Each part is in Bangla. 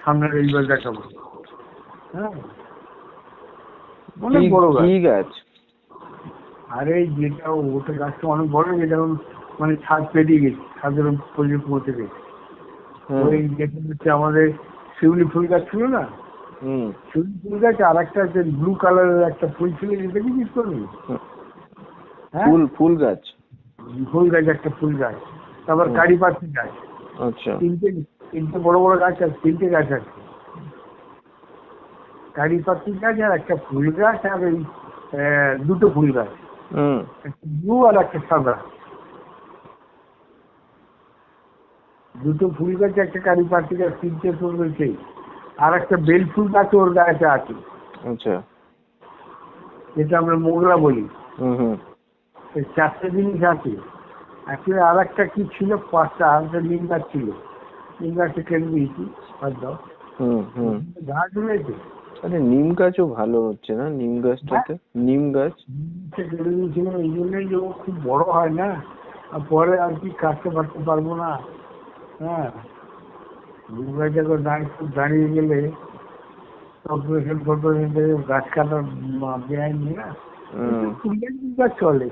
সামনের রবিবার দেখাবো হ্যাঁ অনেক কি- বড় গাছ কি গাছ আরে যেটা ওটা গাছটা অনেক বড় যেটা ওর মানে ছাদ পেরিয়ে গেছে ছাদের পরিবেশ পৌঁছে গেছে হুম, ওই যেটা হচ্ছে আমাদের শিউলি ফুল গাছ ছিল না হুম শিউলি ফুল গাছ আর একটা ব্লু কালারের একটা ফুল ছিল যেটা কি জিজ্ঞেস করবি হুম। হ্যাঁ ফুল ফুল গাছ ফুল গাছ একটা ফুল গাছ তারপর হুম। কারি পাখি গাছ আচ্ছা তিনটে তিনটে বড় বড় গাছ আছে তিনটে গাছ আছে কারি পাখি গাছ আর একটা ফুল গাছ আর ওই আহ, দুটো ফুল গাছ হুম একটা ব্লু আর একটা সাদা দুটো ফুল গাছ একটা কারি পাখি গাছ তিনটে ফুল রয়েছে আর একটা বেল ফুল গাছ ওর গাছে আছে আচ্ছা যেটা আমরা মোগলা বলি হুম হুম এই চারটে জিনিস আছে আসলে আর একটা কি ছিল পাঁচটা আর একটা নিম গাছ ছিল নিম গাছটা কেটে দিয়েছি বাদ দাও হুম হুম গাছ রয়েছে আরে নিম গাছও ভালো হচ্ছে না নিম হ্যাঁ। গাছটাতে নিম গাছ সে কেটে দিয়েছিলাম এই জন্যই যে ও খুব বড় হয় না আর পরে আর কি কাটতে পারতে পারবো না হ্যাঁ নিম গাছ এখন দাঁড়িয়ে খুব দাঁড়িয়ে গেলে কর্পোরেশন ফর্পোরেশন থেকে গাছ কাটার বেআইন নেই না হুম কুড়িয়ান যা চলে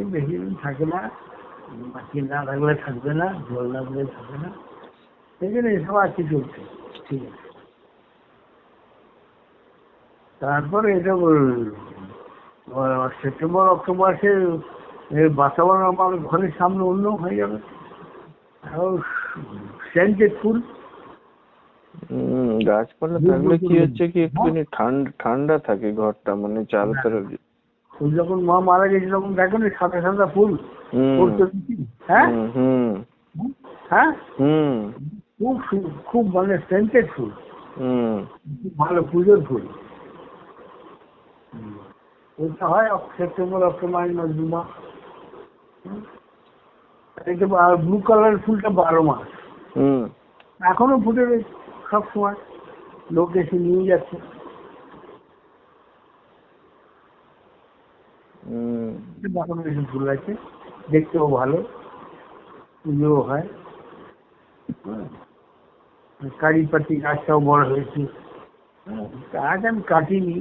এ বেশি দিন থাকে না মাটি না থাকলে থাকবে না জল না দিলে থাকবে না সেই জন্য এসব আর কি চলছে ঠিক আছে তারপরে এটা বল- আহ, সেপ্টেম্বর অক্টোবর মাসে এ বাতাবরণ আমার ঘরের সামনে অন্য হয়ে যাবে আর সেন্টেড ফুল হুম, গাছপালা থাকলে কি হচ্ছে হ্যাঁ? কি একটুখানি ঠান্ডা ঠান্ডা থাকে ঘরটা মানে চারতরফ ফুল যখন মা মারা গেছে তখন দেখেন ওই সাদা সাদা ফুল হুম ফুল তো দিচ্ছি। হ্যাঁ হুম, হুম হ্যাঁ হুম খুব সু- খুব মানে সেন্টেড ফুল হুম খুব ভালো পুজোর ফুল ওইটা হয় অক- সেপ্টেম্বর অক্টোবর মাস দু মাস হুম। এটা ব্লু কালারের ফুলটা বারো মাস হুম এখনো ফুটে রয়েছে সব সময় লোক এসে নিয়ে যাচ্ছে হুম বারো মাসে ফুল আছে দেখতেও ভালো পুজোও হয় হুম। কারি পাতি গাছটাও বড় হয়েছে হুম, গাছ আমি কাটিনি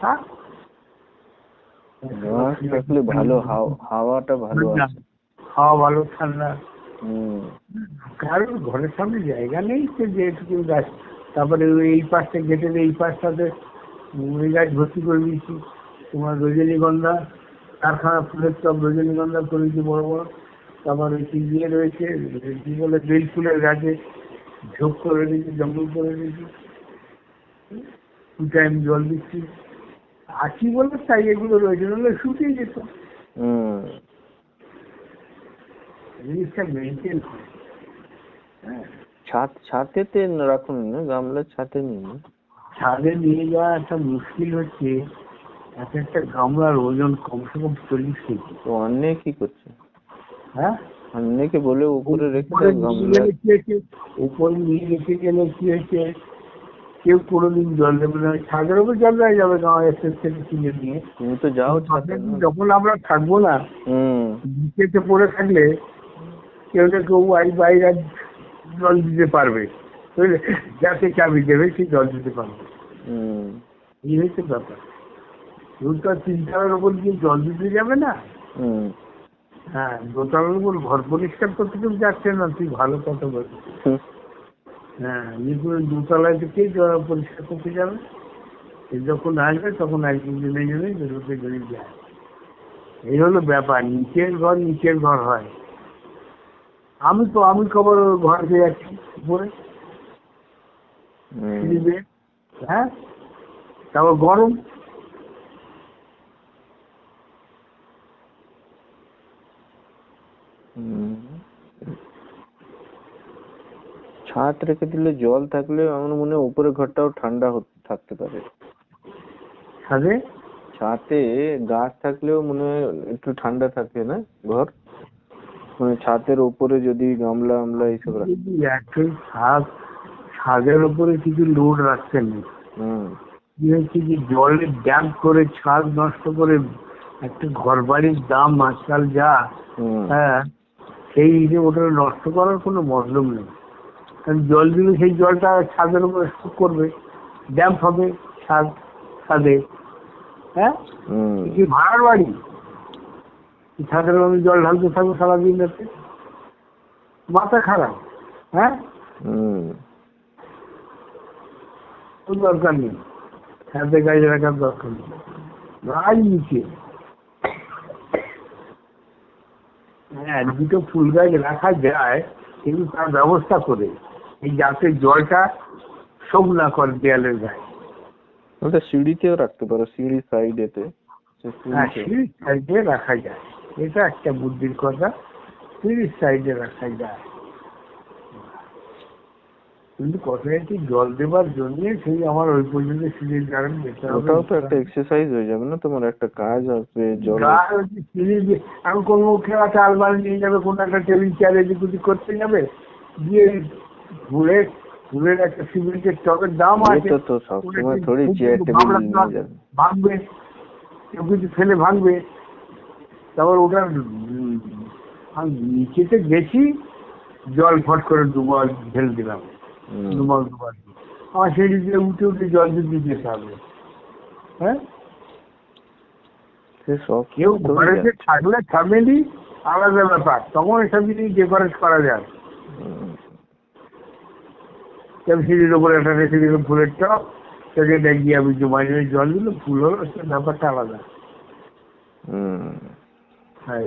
থাক হ্যাঁ, গাছ থাকলে ভালো হাওয়া- হাওয়াটা ভালো আছে খাওয়া ভালো ঠান্ডা হুম কারণ ঘরের সামনে জায়গা নেই তো যেটুকু গাছ তারপরে ওই এই পাশটা গেটের এই পাশটাতে ওই গাছ ভর্তি করে দিয়েছি তোমার রজনীগন্ধা কারখানা ফুলের সব রজনীগন্ধা করেছি বড় বড় তারপর ওই কি ইয়ে রয়েছে কি বলে বেল ফুলের গাছে ঝোপ করে দিয়েছি জঙ্গল করে দিয়েছি দু টাইম জল দিচ্ছি আর কি বলবো তাই এগুলো রয়েছে নাহলে শুকিয়ে যেত হুম জিনিসটা মেনটেন হয় হ্যাঁ ছাদ ছাতেতে রাখুন না গামলার ছাতে নিন না। ছাদে নিয়ে যাওয়া একটা মুশকিল হচ্ছে এক একটা গামলার ওজন কমসে কম চল্লিশ কেজি তো অন্যে কি করছে হ্যাঁ অন্যকে বলে উপরে রেখে উপরে দাও নিয়ে গামলা গেলে কি হয়েছে উপরে নিয়ে রেখে গেলে কি হয়েছে কেউ কোনোদিন জল দেবে না ছাদের উপর জল দেওয়া যাবে গাঁ এসে থেকে কিনে নিয়ে তুমি তো যাও ছাতে না। যখন আমরা থাকবো না হুম নিচেতে পড়ে থাকলে কেউ না কেউ আই বাইরে জল দিতে পারবে বুঝলে যাতে চাবি দেবে সে জল দিতে পারবে হুম এই হচ্ছে ব্যাপার কেউ তো আর তিনতলার উপর গিয়ে জল দিতে যাবে না হুম হ্যাঁ দোতলার উপর ঘর পরিষ্কার করতে কেউ যাচ্ছে না তুই ভালো কথা বলছিস হুম। হ্যাঁ এগুলো দোতলায় তো কে জল পরিষ্কার করতে যাবে সে যখন আসবে তখন একজন জেনে জেনে বেরোতে বেরিয়ে যায় এই হলো ব্যাপার নিচের ঘর নিচের ঘর হয় আমি তো আমি খবর ঘর পেয়ে যাচ্ছি উপরে হুম। দিবে হ্যাঁ তারপর গরম হুম। ছাদ রেখে দিলে জল থাকলে আমার মনে হয় উপরে ঘরটাও ঠান্ডা হতে- থাকতে পারে ছাদে ছাতে গাছ থাকলেও মনে হয় একটু ঠান্ডা থাকে না ঘর মানে ছাতের উপরে যদি গামলা আমলা এইসব রাখে যদি একটা ছাদ ছাদের উপরে কিছু লোড রাখতে নেই হুম কি হয়েছে যে জলে ড্যাম্প করে ছাদ নষ্ট করে একটা ঘর বাড়ির দাম আজকাল যা হুম হ্যাঁ সেই হিসেবে ওটা নষ্ট করার কোনো মতলব নেই কারণ জল দিলে সেই জলটা ছাদের উপর স্তূপ করবে ড্যাম্প হবে ছাদ ছাদে হ্যাঁ হুম কি ভাড়ার বাড়ি এই ছাদের উপর আমি জল ঢালতে থাকবো সারাদিন রাতে মাথা খারাপ হ্যাঁ হুম কোনো দরকার নেই ছাদে গাছ রাখার দরকার নেই গাছ নিচে হ্যাঁ দুটো ফুল গাছ রাখা যায় কিন্তু তার ব্যবস্থা করে এই যাতে জলটা শোক না করে দেয়ালের গায়ে ওটা সিঁড়িতেও রাখতে পারো সিঁড়ি সাইডেতে হ্যাঁ সিঁড়ির সাইডে রাখা যায় এটা একটা বুদ্ধির কথা সিঁড়ির সাইডে রাখা যায় কিন্তু কথা হচ্ছে জল দেবার জন্য সেই আমার ওই পর্যন্ত সিঁড়ির কারণ যেতে হবে। ওটাও তো হ্যাঁ। একটা এক্সারসাইজ হয়ে যাবে না তোমার একটা কাজ আসবে জল গাছ হচ্ছে সিঁড়ির যে- আমি কোনো খেলা চাল বাল নিয়ে যাবে কোনো একটা টেবিল চেয়ার এদিক ওদিক করতে যাবে দিয়ে ঘুরে ঘুরে একটা সিমেন্টের টকের দাম আছে এটা তো সবসময় থোড়ি চেয়ার টেবিল ভাবলাম নিয়ে যাবে ভাঙবে কেউ কিছু ফেলে ভাঙবে তারপর ওটার উম, আমি নিচেতে গেছি জল ফট করে দুবার ঢেলে দিলাম হুম। দুবার দুবার আমার সিঁড়ি দিয়ে উঠে উঠে জল দিতে যেতে হবে হ্যাঁ সে সব কেউ তো ঘরেতে থাকলে ফ্যামিলি আলাদা ব্যাপার তখন এসব জিনিস ডেকোরেট করা যায় হুম। যেমন সিঁড়ির উপরে একটা রেখে দিলাম ফুলের টপ সেখানে গিয়ে আমি জমাই নিয়ে জল দিলাম ফুল হলো সে ব্যাপারটা আলাদা হুম। হ্যাঁ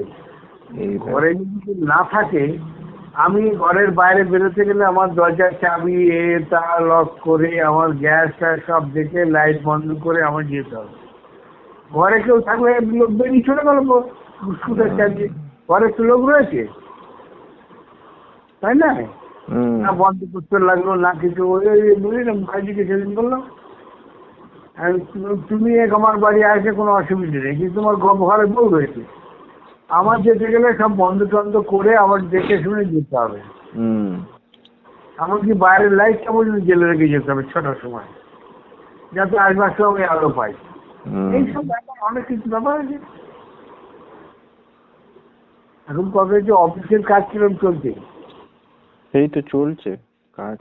এই ঘরে যদি না থাকে আমি ঘরের বাইরে বেরোতে গেলে আমার দরজার চাবি এ তা লক করে আমার গ্যাস ট্যাস সব দেখে লাইট বন্ধ করে আমার যেতে হবে ঘরে কেউ থাকলে লোক বেরিয়ে চলে গেল স্কুটার চালিয়ে ঘরে তো লোক রয়েছে তাই না হুম। না বন্ধ করতে লাগলো না কিছু ওই ওই বলি না ভাইজিকে সেদিন বললাম আর তু- তুমি এক আমার বাড়ি আসে কোনো অসুবিধা নেই কিন্তু তোমার গ- ঘরে বউ রয়েছে আমার যেতে গেলে সব বন্ধ টন্ধ করে আবার দেখে শুনে যেতে হবে হুম। এমনকি বাইরের লাইটটা পর্যন্ত জেলে রেখে যেতে হবে ছটার সময় যাতে আসবার সময় আলো পাই হুম। এইসব ব্যাপার অনেক কিছু ব্যাপার আছে এখন কবে যে অফিসের কাজ কিরম চলছে এই তো চলছে কাজ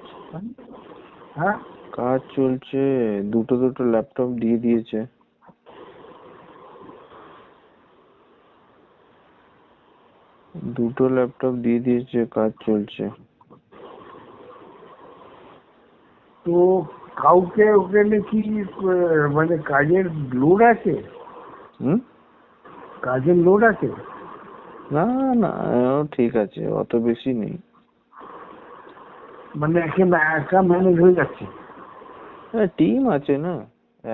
হ্যাঁ কাজ চলছে দুটো দুটো ল্যাপটপ দিয়ে দিয়েছে দুটো ল্যাপটপ দিয়ে দিয়েছে কাজ চলছে তো কাউকে ওখানে কি আহ, মানে কাজের লোড আছে হুম কাজের লোড আছে না না ও ঠিক আছে অত বেশি নেই মানে একে না- একা ম্যানেজ হয়ে যাচ্ছে হ্যাঁ টিম আছে না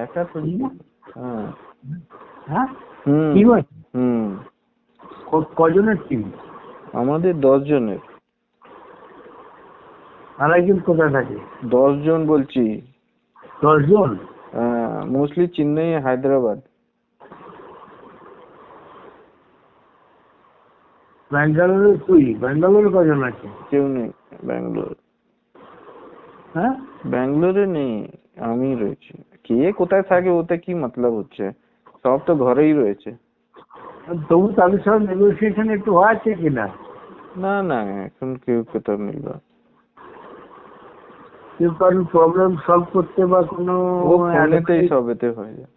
একা থোড়ি হ্যাঁ হ্যাঁ হুম টিম আছে হুম ক- কজনের টিম আমাদের দশ জনের আর একজন কোথায় থাকে দশ জন বলছি দশজন মোস্টলি চেন্নাই হায়দ্রাবাদ ব্যাঙ্গালোরে তুই ব্যাঙ্গালোরে কজন আছে কেউ নেই ব্যাঙ্গালোর হ্যাঁ ব্যাঙ্গালোরে নেই আমি রয়েছি কে কোথায় থাকে ওতে কি মতলব হচ্ছে সব তো ঘরেই রয়েছে তবু তাদের সঙ্গে নেগোসিয়েশন একটু হওয়াছে কিনা না না এখন কেউ কোথাও নেই বা। কেউ কারণ প্রবলেম সলভ করতে বা কোনো ও মানে ফোনেতেই সব এতে হয়ে যায়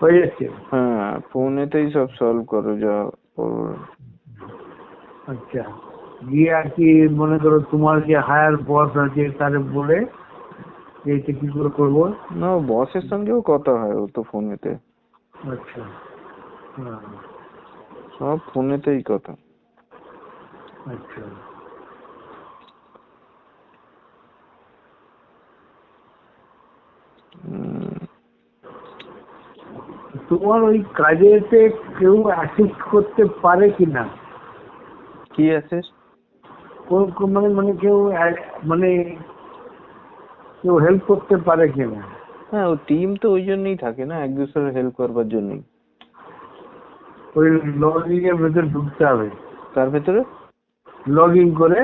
হয়ে যাচ্ছে হ্যাঁ ফোনেতেই সব সলভ করো যা problem। আচ্ছা গিয়ে আর কি মনে করো তোমার যে হায়ার বস আছে তারে বলে যে এটা কি করে করবো না বসের সঙ্গেও কথা হয় ও তো ফোনেতে আচ্ছা হ্যাঁ, সব ফোনেতেই কথা আচ্ছা উম, তোমার ওই কাজেতে কেউ অ্যাসিস্ট করতে পারে কিনা কি আছে কোন কোন- মানে মানে কেউ এ- মানে কেউ হেল্প করতে পারে কিনা হ্যাঁ ও টিম তো ওই জন্যই থাকে না এক দুসরের হেল্প করবার জন্যই ওই লজিং এর ভেতর ঢুকতে হবে তার ভেতরে লগ ইন করে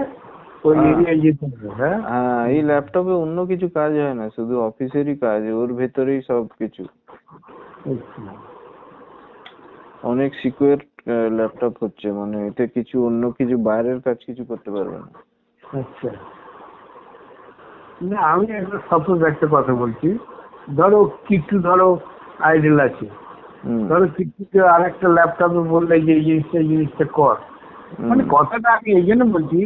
ওই হ্যাঁ। এরিয়ায় যেতে হবে হ্যাঁ হ্যাঁ এই ল্যাপটপে অন্য কিছু কাজ হয় না শুধু অফিসেরই কাজ ওর ভেতরেই সব কিছু আচ্ছা। অনেক সিকিউর ল্যাপটপ হচ্ছে মানে এতে কিছু অন্য কিছু বাইরের কাজ কিছু করতে পারবে না আচ্ছা না আমি একটা সপোজ একটা কথা বলছি ধরো কিট্টু ধরো আইডল আছে হুম, ধরো কিট্টুকে আর একটা ল্যাপটপে বললে যে এই জিনিসটা এই জিনিসটা কর হুম, মানে কথাটা আমি এই জন্য বলছি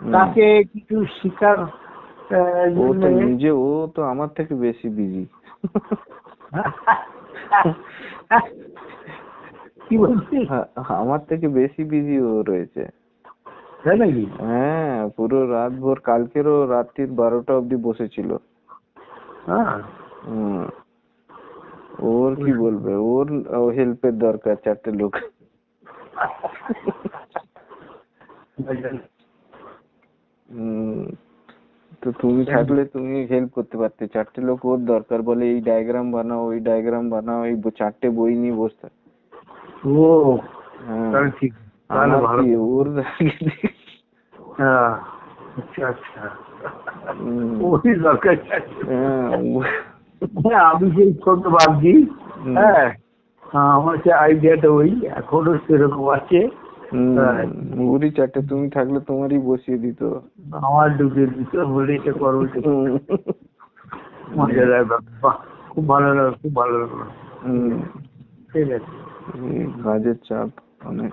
হুম। তাকে কিছু শিকার ও তো নিজে ও তো আমার থেকে বেশি বিজি কি বলছিস হ্যাঁ, আমার থেকে বেশি বিজি ও রয়েছে তাই নাকি হ্যাঁ পুরো রাত ভোর কালকেরও রাত্রির বারোটা অবধি বসেছিল হ্যাঁ হুম। ওর কি বলবে ওর হেল্পের দরকার চারটে লোক হুম। তো তুমি থাকলে তুমি হেল্প করতে পারতে চারটে লোক ওর দরকার বলে এই ডায়াগ্রাম বানাও ওই ডায়াগ্রাম বানাও এই ব- চারটে বই নিয়ে বসতে হয়। ও হ্যাঁ। তাহলে ঠিক তাহলে আমার ভালো কি ওর হ্যাঁ আচ্ছা আচ্ছা হুম। ওই দরকার হ্যাঁ, ও- হ্যাঁ আমি সেই ছোট ভাবছি হুম। হ্যাঁ হ্যাঁ, আমার সে আইডিয়াটা ওই এখনো সেরকম আছে হুম, হ্যাঁ। ওরই চারটে তুমি থাকলে তোমারই বসিয়ে দিত আমার ঢুকে দিতে বলে এটা করো ওটা করো। হুম। মজাদার ব্যাপার বাহ, খুব ভালো লাগলো খুব ভালো লাগলো হুম। ঠিক আছে এই কাজের চাপ অনেক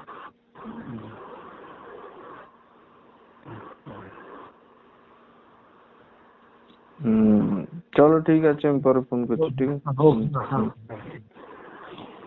হুম চলো ঠিক আছে আমি পরে ফোন করছি ঠিক আছে হোক, হ্যাঁ, হ্যাঁ।